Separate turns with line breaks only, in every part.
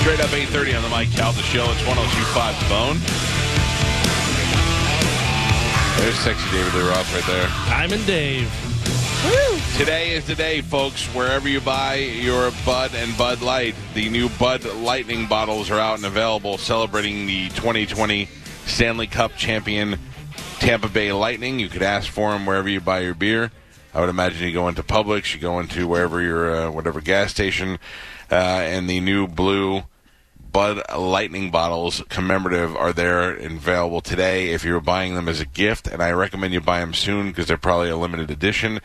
Straight up 8.30 on the Mike Calda Show. It's 102.5 The Bone. There's sexy David Lee Roth right there.
Diamond Dave.
Today is the day, folks. Wherever you buy your Bud and Bud Light, the new Bud Lightning bottles are out and available, celebrating the 2020 Stanley Cup champion Tampa Bay Lightning. You could ask for them wherever you buy your beer. I would imagine you go into Publix, you go into wherever your uh, whatever gas station, uh, and the new blue Bud Lightning bottles commemorative are there and available today if you're buying them as a gift, and I recommend you buy them soon because they're probably a limited edition.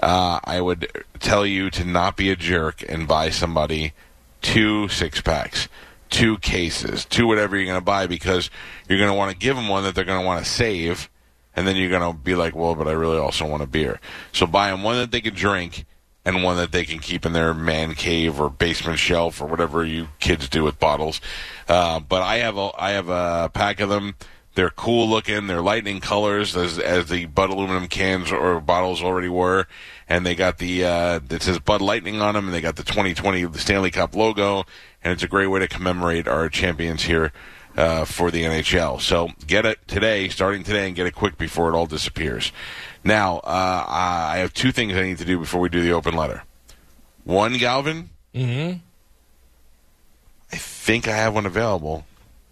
Uh, I would tell you to not be a jerk and buy somebody two six packs, two cases, two whatever you're going to buy because you're going to want to give them one that they're going to want to save, and then you're going to be like, well, but I really also want a beer. So buy them one that they can drink and one that they can keep in their man cave or basement shelf or whatever you kids do with bottles. Uh, but I have a I have a pack of them. They're cool looking. They're lightning colors as as the Bud aluminum cans or bottles already were, and they got the uh, it says Bud Lightning on them, and they got the 2020 Stanley Cup logo, and it's a great way to commemorate our champions here. Uh, for the NHL. So get it today, starting today, and get it quick before it all disappears. Now, uh, I have two things I need to do before we do the open letter. One, Galvin,
Mm-hmm.
I think I have one available.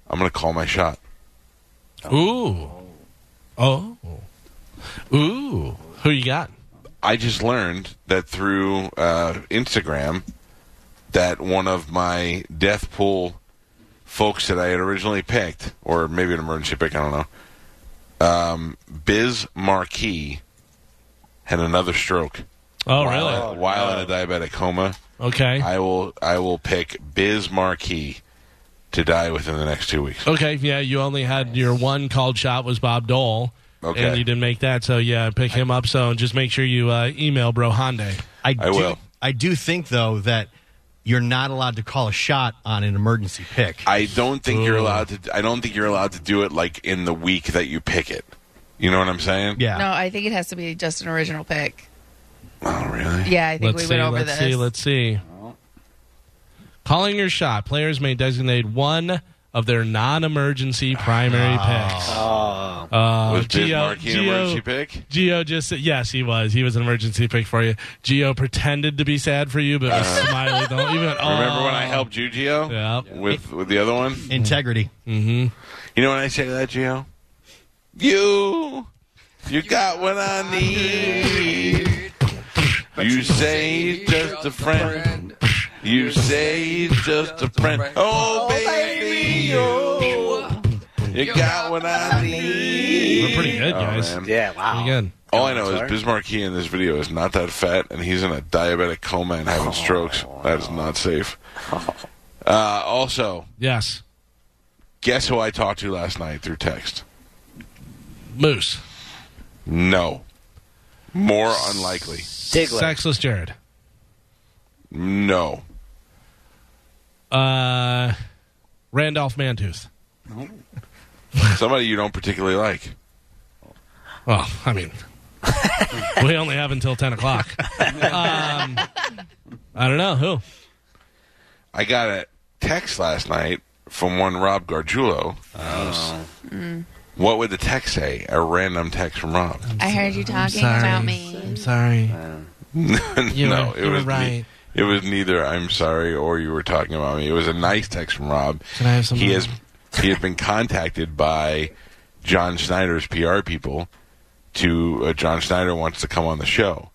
I'm going to call my shot.
Ooh. Oh. Ooh. Who you got?
I just learned that through uh, Instagram that one of my death pool folks that I had originally picked, or maybe an emergency pick, I don't know, um, Biz Marquee had another stroke
Oh,
while, while in a diabetic coma.
really? Okay.
I will I will pick Biz Marquee to die within the next two weeks.
okay. Yeah, you only had your one called shot was Bob Dole.
Okay.
And you didn't make that, so yeah, pick him up. So just make sure you uh, email Bro Hyundai.
I
do,
will.
I do think though that you're not allowed to call a shot on an emergency pick.
I don't think you're allowed to. I don't think you're allowed to do it like in the week that you pick it. You know what I'm saying?
yeah.
No, I think it has to be just an original pick.
Oh, really?
Yeah, I think
Let's
we
see.
went over
let's
this.
see. Let's see. Calling your shot. Players may designate one of their non-emergency primary picks. Uh,
Was Biz
Gio-
Marquee an
Gio-
emergency pick?
Gio just said, yes, he was. He was an emergency pick for you. Gio pretended to be sad for you, but was
Uh.
smiling. the whole- even,
Remember
"Aw."
when I helped you, Gio?
Uh, Yeah.
With with the other one.
Integrity.
Mm-hmm.
You know when I say to that, Gio? You, you got what I need. You say he's just a friend. You say he's just a friend. Oh, baby, you, you got what I need.
We're pretty good,
Oh,
guys.
man.
Yeah, wow.
Pretty good.
All I know is Bismarck Key in this video is not that fat, and he's in a diabetic coma and having strokes. That is not safe. Uh, also,
Yes.
guess who I talked to last night through text?
Moose.
No. More unlikely.
Diglett.
Sexless Jared.
No.
Uh, Randolph Mantooth.
Somebody you don't particularly like.
Well, I mean, we only have until 10 o'clock. Um, I don't know. Who?
I got a text last night from one Rob Gargiulo. What would the text say? A random text from Rob.
I heard you talking about me.
sorry. You
no,
were-
it
you were
was ne-
right.
it was neither I'm sorry or you were talking about me. It was a nice text from Rob.
Can I have some
He
more?
has he has been contacted by John Schneider's PR people to uh, John Schneider wants to come on the show.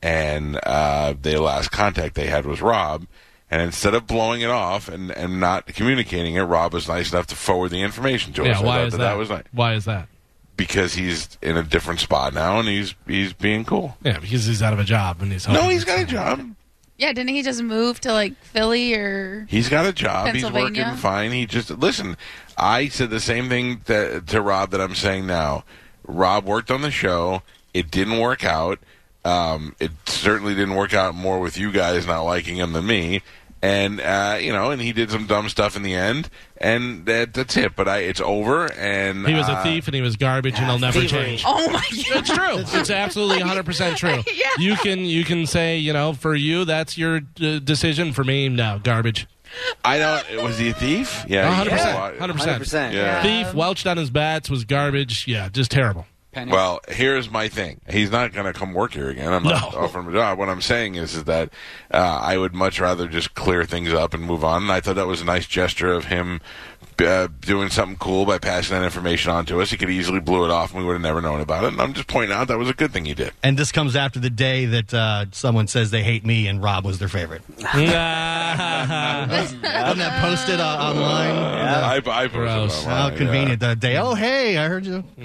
And uh, the last contact they had was Rob. And instead of blowing it off and, and not communicating it, Rob was nice enough to forward the information to us.
Yeah,
I
why
thought
is
that,
that?
was nice
Why is that?
because he's in a different spot now and he's he's being cool.
Yeah, because he's out of a job and he's
No,
hoping
he's
for
got a
something.
job.
Yeah, didn't he just move to like Philly or?
He's got a job. He's
Pennsylvania?
working fine. He just listen. I said the same thing that, to Rob that I'm saying now. Rob worked on the show. It didn't work out. Um, it certainly didn't work out more with you guys not liking him than me. And uh, you know, and he did some dumb stuff in the end, and that, that's it. But I, it's over. And
He was a
uh,
thief and he was garbage and he'll never
thievery.
change.
Oh my god!
It's true. It's absolutely 100% true.
Yeah.
You can you can say, you know, for you that's your uh, decision for me no, garbage.
I don't. Was he a thief? Yeah, he-
100%.
well,
100%.
100%.
Yeah.
Thief welched on his bats was garbage. Yeah, just terrible.
Penny.
Well, here's my thing. He's not going to come work here again. I'm not
No.
offering him a job. What I'm saying is, is that uh, I would much rather just clear things up and move on. And I thought that was a nice gesture of him uh, doing something cool by passing that information on to us. He could easily blew it off, and we would have never known about it. And I'm just pointing out that was a good thing he did.
And this comes after the day that uh, someone says they hate me and Rob was their favorite.
Nah.
Wasn't that posted uh, online?
I, I posted
Gross.
online,
How
yeah.
convenient that day. Oh, hey, I heard you.
Oh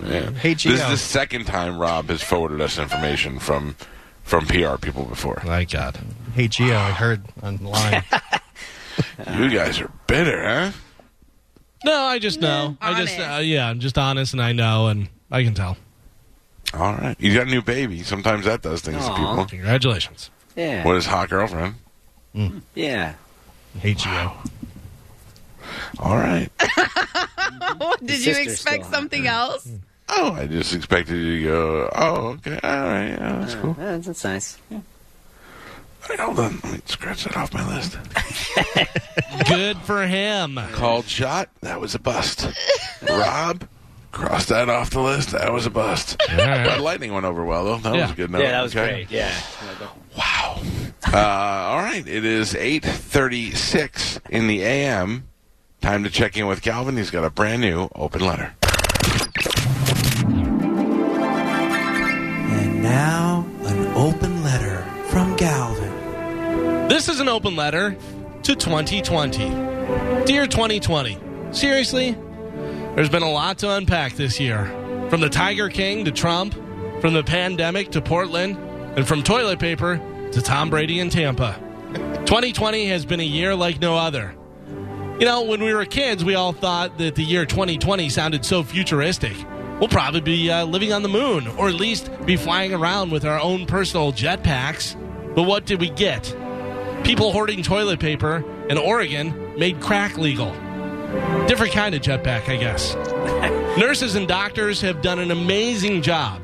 man,
Hey,
this is
Gio.
the second time Rob has forwarded us information from from PR people before.
My God.
Hey, Geo, I heard online.
You guys are bitter, huh?
No, I just know. I just
Honest.
uh, yeah, I'm just honest and I know and I can tell.
All right, you got a new baby. Sometimes that does things to
Aw.
people.
Congratulations.
Yeah.
What is hot girlfriend?
Yeah.
hey, Geo.
All right.
Did you
sister's
expect
still on. Mm.
something else?
Oh, I just expected you to go. Oh, okay. All right. Yeah, that's cool.
Yeah, that's nice.
All right, hold on. Let me scratch that off my list.
Good for him.
Called shot. That was a bust. Rob. Cross that off the list. That was a bust. But lightning went over well, though. That was
Yeah.
a good note.
yeah, that was
Okay.
great. Yeah.
Wow. Uh, all right. It is 8.36 in the a.m. Time to check in with Calvin. He's got a brand new open letter.
And now, an open letter from Galvin.
This is an open letter to 2020. Dear 2020, seriously, there's been a lot to unpack this year. From the Tiger King to Trump, from the pandemic to Portland, and from toilet paper to Tom Brady in Tampa. 2020 has been a year like no other. You know, when we were kids, we all thought that the year 2020 sounded so futuristic. We'll probably be uh, living on the moon, or at least be flying around with our own personal jetpacks. But what did we get? People hoarding toilet paper in Oregon made crack legal. Different kind of jetpack, I guess. Nurses and doctors have done an amazing job.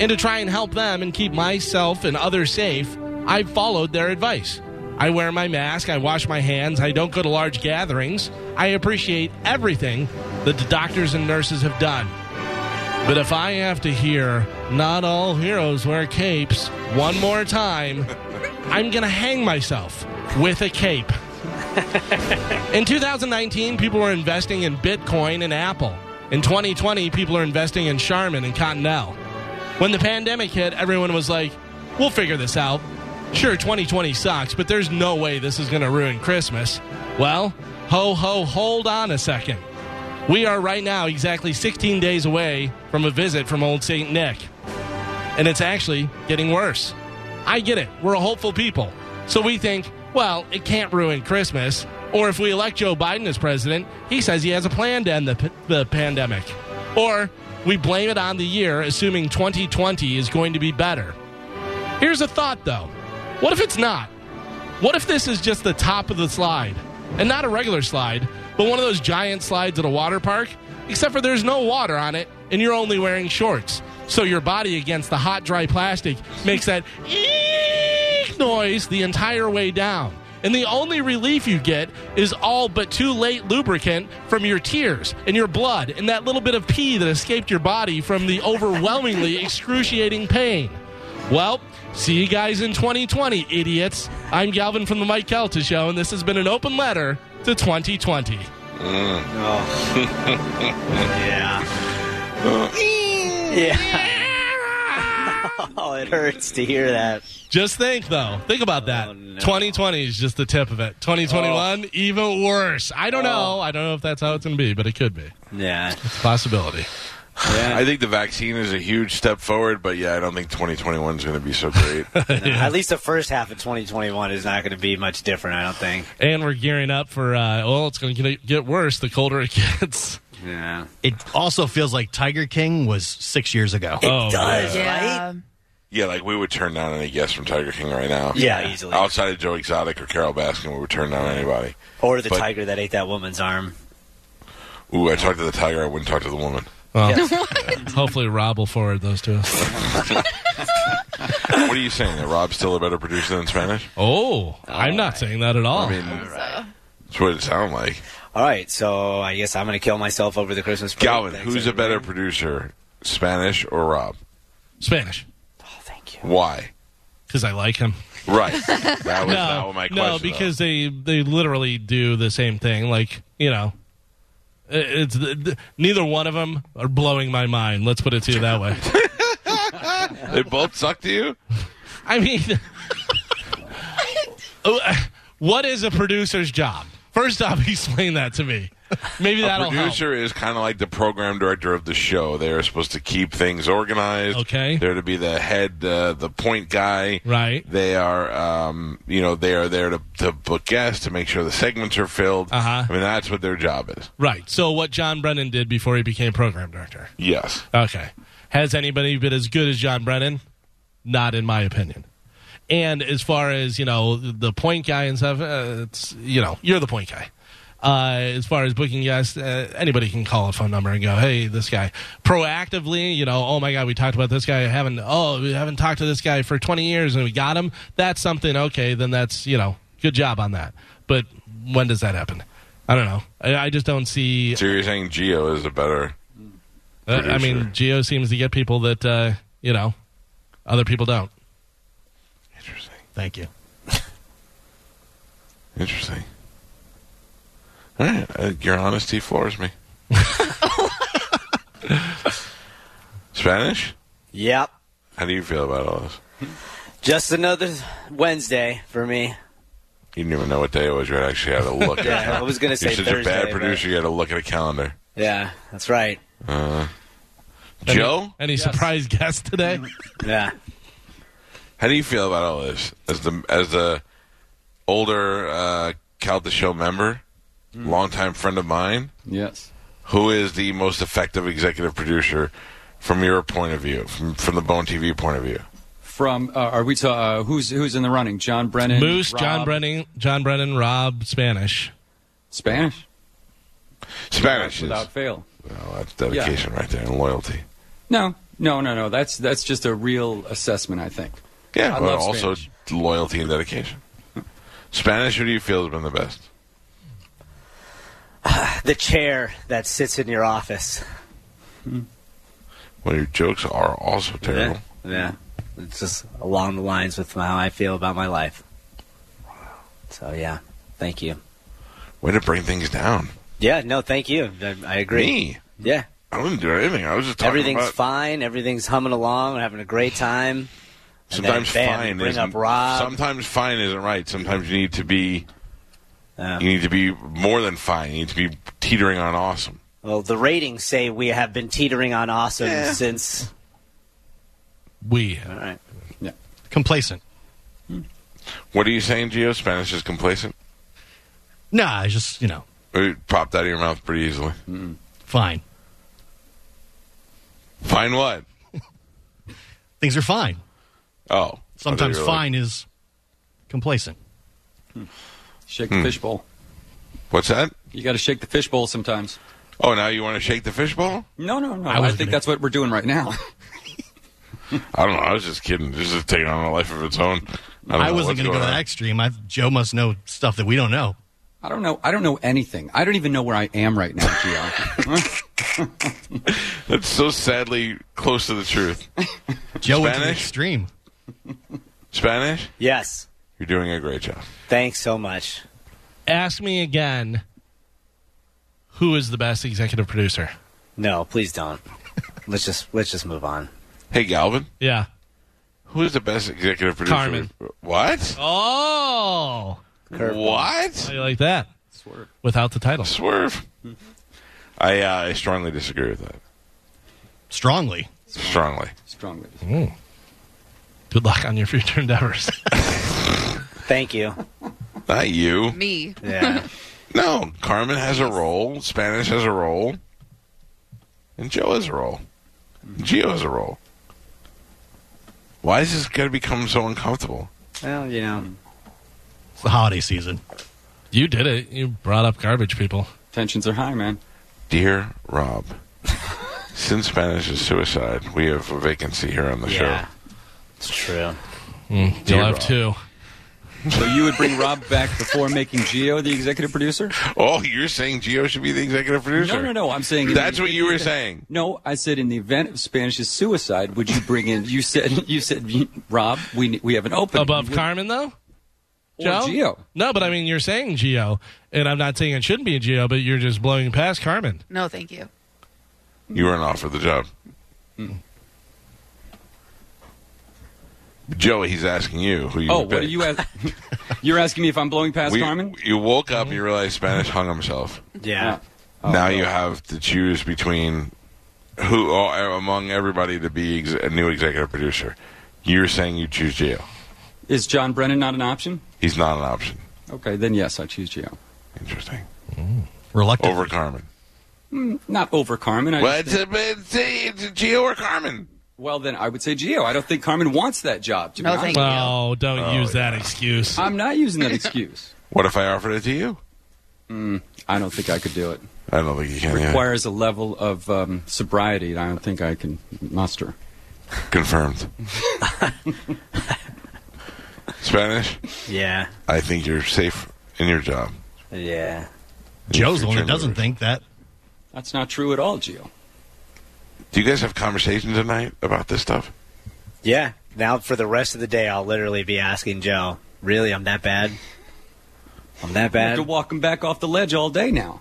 And to try and help them and keep myself and others safe, I've followed their advice. I wear my mask, I wash my hands, I don't go to large gatherings. I appreciate everything that the doctors and nurses have done. But if I have to hear, not all heroes wear capes, one more time, I'm going to hang myself with a cape. In 2019, people were investing in Bitcoin and Apple. In 2020, people are investing in Charmin and Cottonelle. When the pandemic hit, everyone was like, we'll figure this out. Sure, 2020 sucks, but there's no way this is going to ruin Christmas. Well, ho, ho, hold on a second. We are right now exactly 16 days away from a visit from old St. Nick. And it's actually getting worse. I get it. We're a hopeful people. So we think, well, it can't ruin Christmas. Or if we elect Joe Biden as president, he says he has a plan to end the, p- the pandemic. Or we blame it on the year, assuming 2020 is going to be better. Here's a thought, though what if it's not? What if this is just the top of the slide? And not a regular slide, but one of those giant slides at a water park, except for there's no water on it and you're only wearing shorts. So your body against the hot, dry plastic makes that eek noise the entire way down. And the only relief you get is all but too late lubricant from your tears and your blood and that little bit of pee that escaped your body from the overwhelmingly excruciating pain. Well, see you guys in 2020, idiots. I'm Galvin from the Mike Kelta Show, and this has been an open letter to 2020.
Oh.
Yeah. Yeah. oh, it hurts to hear that.
Just think, though. Think about that.
Oh, no.
2020 is just the tip of it. 2021, even worse. I don't know. I don't know if that's how it's going to be, but it could be.
Yeah.
It's a possibility.
I think the vaccine is a huge step forward, but yeah, I don't think 2021 is going to be so great.
At least the first half of 2021 is not going to be much different, I don't think.
And we're gearing up for, uh, well, it's going to get worse the colder it gets.
Yeah.
It also feels like Tiger King was six years ago.
oh,
Does,
Yeah.
yeah, like we would turn down any guest from Tiger King right now.
Yeah, easily.
Outside of Joe Exotic or Carol Baskin, we would turn down anybody.
Or the
But-
tiger that ate that woman's arm.
Ooh, I talked to the tiger. I wouldn't talk to the woman.
Well, hopefully Rob will forward those to us.
what are you saying? That Rob's still a better producer than Spanish?
Oh, I'm not saying that at all.
I mean, that's what it sounded like.
All right, so I guess I'm going to kill myself over the Christmas break.
Galvin,
Thanks,
who's a
everybody.
better producer, Spanish or Rob?
Spanish,
Oh, thank you.
Why?
because I like him.
Right. That was not what my question.
no,
was.
because they they literally do the same thing. Like you know, it- it's the, the- neither one of them are blowing my mind. Let's put it to you that way.
they both suck to you.
I mean, Oh, uh, what is a producer's job? First off, explain that to me. Maybe that'll
Producer is kind of like the program director of the show. They are supposed to keep things organized.
Okay.
They're to be the head, uh, the point guy.
Right.
They are, um, you know, they are there to, to book guests to make sure the segments are filled.
Uh-huh.
I mean, that's what their job is.
help. Right. So, what John Brennan did before he became program director.
Yes.
Okay. Has anybody been as good as John Brennan? Not in my opinion. And as far as you know, the point guy and stuff, uh, it's you know, you're the point guy. Uh, as far as booking guests, uh, anybody can call a phone number and go, "Hey, this guy." Proactively, you know, oh my god, we talked about this guy. Haven't oh, we haven't talked to this guy for 20 years and we got him. That's something. Okay, then that's you know, good job on that. But when does that happen? I don't know. I, I just don't see
So you're saying Geo is a better.
uh, I
Producer.
mean, Geo seems to get people that uh, you know other people don't.
Interesting.
Thank you.
Interesting. All right. Uh, your honesty floors me. Spanish?
Yep.
How do you feel about all this?
Just another Wednesday for me.
You didn't even know what day it was. You had actually had to look.
Yeah,
at cal-
I was gonna say
You're such a
Thursday,
bad
but-
producer. You had to look at a calendar.
Yeah, that's right.
Joe,
Any surprise guests today?
Yeah.
how do you feel about all this as the as the older uh, Cal the Show member,
Mm.
longtime friend of mine?
Yes.
Who is the most effective executive producer from your point of view, from, from the Bone TV point of view?
From uh, are we to uh, who's who's in the running? John Brennan,
Moose, John
Rob-
Brennan, John Brennan, Rob Spanish.
Spanish
Spanish is
without fail.
well, that's dedication right there and loyalty.
No, no, no, no. That's that's just a real assessment. I think.
Yeah,
I
but
love
also
Spanish.
loyalty and dedication. Spanish, who do you feel has been the best?
The chair that sits in your office.
Well, your jokes are also terrible.
Yeah. yeah. It's just along the lines with how I feel about my life. So, yeah. Thank you.
Way to bring things down.
Yeah, no, thank you. I, I agree.
Me?
Yeah.
I didn't do anything. I was just talking
Everything's
about
fine. Everything's humming along. We're having a great time. And then,
sometimes
bam,
fine
you Bring
isn't
up Rob.
sometimes fine isn't right. Sometimes you need to be
Yeah.
you need to be more than fine. You need to be teetering on awesome.
Well, the ratings say we have been teetering on awesome since.
We
All right.
Complacent.
What are you saying, Gio? Spanish is complacent.
Nah, it's just, you know,
It popped out of your mouth pretty easily.
fine.
Fine what?
Things are fine.
Oh, I
Sometimes
thought you were like,
fine is complacent.
Shake
Hmm.
the fishbowl.
What's that?
You got to shake the fishbowl sometimes.
Oh, now you want to shake the fishbowl?
No, no, no.
I
I,
was
think
gonna-
that's what we're doing right now.
I don't know. I was just kidding. This is taking on a life of its own. I, don't
I
know
wasn't
what's
going to go to
on.
that extreme. I, Joe must know stuff that we don't know.
I don't know. I don't know anything. I don't even know where I am right now, Gio.
That's so sadly close to the truth.
Joe went to the
Spanish?
extreme.
Spanish,
Yes.
you're doing a great job.
Thanks so much.
ask me again. Who is the best executive producer?
No, please don't. let's just let's just move on.
Hey, Galvin.
Yeah.
Who is the best executive producer?
Carmen.
What?
Oh,
What?
how you like that? Without the title,
Swerve. I uh, I strongly disagree with that.
strongly.
strongly.
Strongly.
Good luck on your future endeavors.
Thank you.
Not you.
Me.
Yeah.
No, Carmen has a role. Spanish has a role. And Joe has a role. Gio has a role. Why is this going to become so uncomfortable?
well, you know,
It's the holiday season.
you did it. You brought up garbage people.
Tensions are high, man.
Dear Rob, since Spanish is suicide, we have a vacancy here on the
yeah. It's true.
You'll
Dear
have
Rob.
two.
So you would bring Rob back before making Geo the executive producer?
show. Oh, you're saying Gio should be the executive producer?
No, no, no. I'm saying
That's what you were saying.
No, I said in the event of Spanish's suicide, would you bring in? You said you said Rob, we we have an open
Above
Would-
Carmen, though?
or
Joe?
Geo.
No, but I mean, you're saying Geo, and I'm not saying it shouldn't be Geo, but you're just blowing past Carmen.
No, thank you.
You weren't offered the job. Joey, he's asking you who you
Oh,
would
what are
pick.
you? Ask- You're asking me if I'm blowing past
We-
Carmen?
You woke up, you realized Spanish hung himself.
Yeah.
Oh,
now you have to choose between who oh, among everybody to be ex- a new executive producer. You're saying you choose Gio.
Is John Brennan not an option?
He's not an option.
Okay, then yes, I choose Geo.
Interesting.
Reluctant.
Over Carmen.
Not over Carmen. I just
Well, it's,
think-
a, it's, a, it's a Gio or Carmen.
well, then I would say Geo. I don't think Carmen wants that job. To be
No,
honest.
thank you.
Oh, don't use that excuse.
I'm not using that excuse.
What if I offered it to you?
I don't think I could do it.
I don't think you can. yeah.
Requires a level of um, sobriety that I don't think I can muster.
Confirmed. Spanish,
Yeah.
I think you're safe in your job.
Yeah.
Joe's the one that doesn't think that.
That's not true at all, Geo.
Do you guys have conversations tonight about this stuff?
Yeah. Now for the rest of the day, I'll literally be asking Joe, "Really, I'm that bad? I'm that
I have
bad?"
to walk him back off the ledge all day now.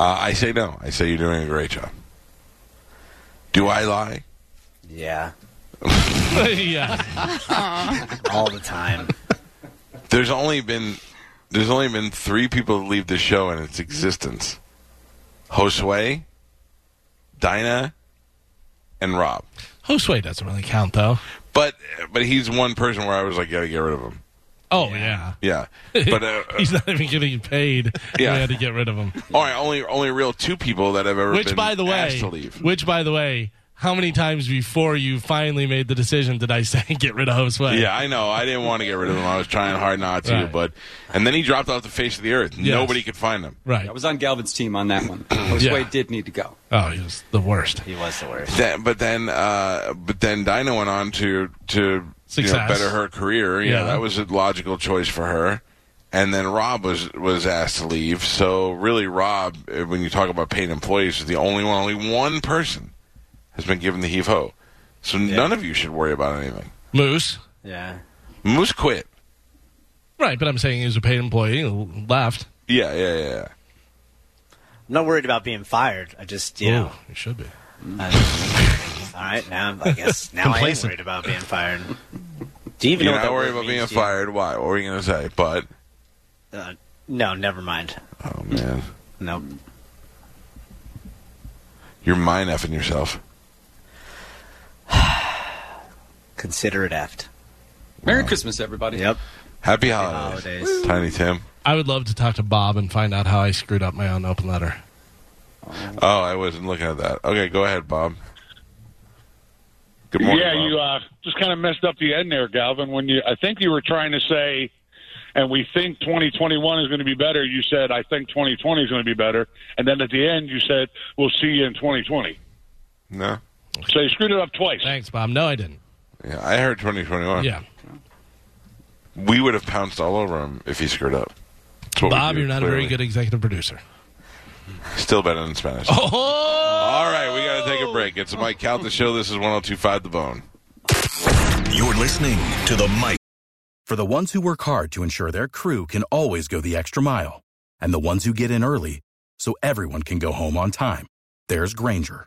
Uh, I say no. I say you're doing a great job. Do I lie?
Yeah.
yeah.
All the time.
There's only been there's only been three people to leave the show in its existence: Josue, Dinah, and Rob.
Josue doesn't really count, though.
But but he's one person where I was like, gotta get rid of him.
Oh, yeah.
Yeah. But uh,
He's not even getting paid.
Yeah.
We had to get rid of him.
all right, Oh, only only real two people that have ever
Which,
been
by the way,
asked to leave.
which, by the way, how many times before you finally made the decision did I say get rid of Josue?
Yeah, I know. I didn't want to get rid of him. I was trying hard not to,
Right.
but and then he dropped off the face of the earth.
Yes.
Nobody could find him.
Right.
I was on Galvin's team on that one. Josue
Yeah.
did need to go.
oh, he was the worst.
He was the worst.
Then, but then, uh, but then Dinah went on to to you know,
Success.
better her career. Yeah,
Yeah.
that was a logical choice for her. And then Rob was was asked to leave. So really, Rob, uh, when you talk about paid employees, is the only one. Only one person has been given the heave ho. So none of you should worry about anything.
Moose.
Yeah.
Moose quit.
Right, but I'm saying he was a paid employee, left.
Yeah, yeah, yeah. yeah.
I'm not worried about being fired. I just, you know.
Ooh, he should be.
I- all right. Now I'm- I guess now I am
Complacent.
worried about being fired. Do you even
You're
know what
not
that
worried
word
about being
means, Gio?
fired. Why? What were you gonna say? But
Uh, no, never mind.
oh man,
Nope.
you're mind effing yourself.
Consider it aft.
Merry Christmas, everybody.
Yep.
Happy
Oh,
holidays,
Holidays.
Tiny Tim.
I would love to talk to Bob and find out how I screwed up my own open letter.
Oh, I wasn't looking at that. Okay, go ahead, Bob. Good morning.
Yeah,
Bob.
you uh, just kind of messed up the end there, Galvin. When you, I think you were trying to say, and we think 2021 is going to be better. You said, I think 2020 is going to be better, and then at the end you said, we'll see you in 2020.
No.
So you screwed it up twice.
Thanks, Bob. No, I didn't.
Yeah, I heard 2021.
Yeah.
We would have pounced all over him if he screwed up. That's what we
Bob,
do,
you're not a very
clearly.
good executive producer.
Still better than Spanish.
Oh!
All right, we got to take a break. It's the Mike Count the Show. This is 1025 The Bone.
You're listening to the Mike.
For the ones who work hard to ensure their crew can always go the extra mile, and the ones who get in early so everyone can go home on time, there's Granger,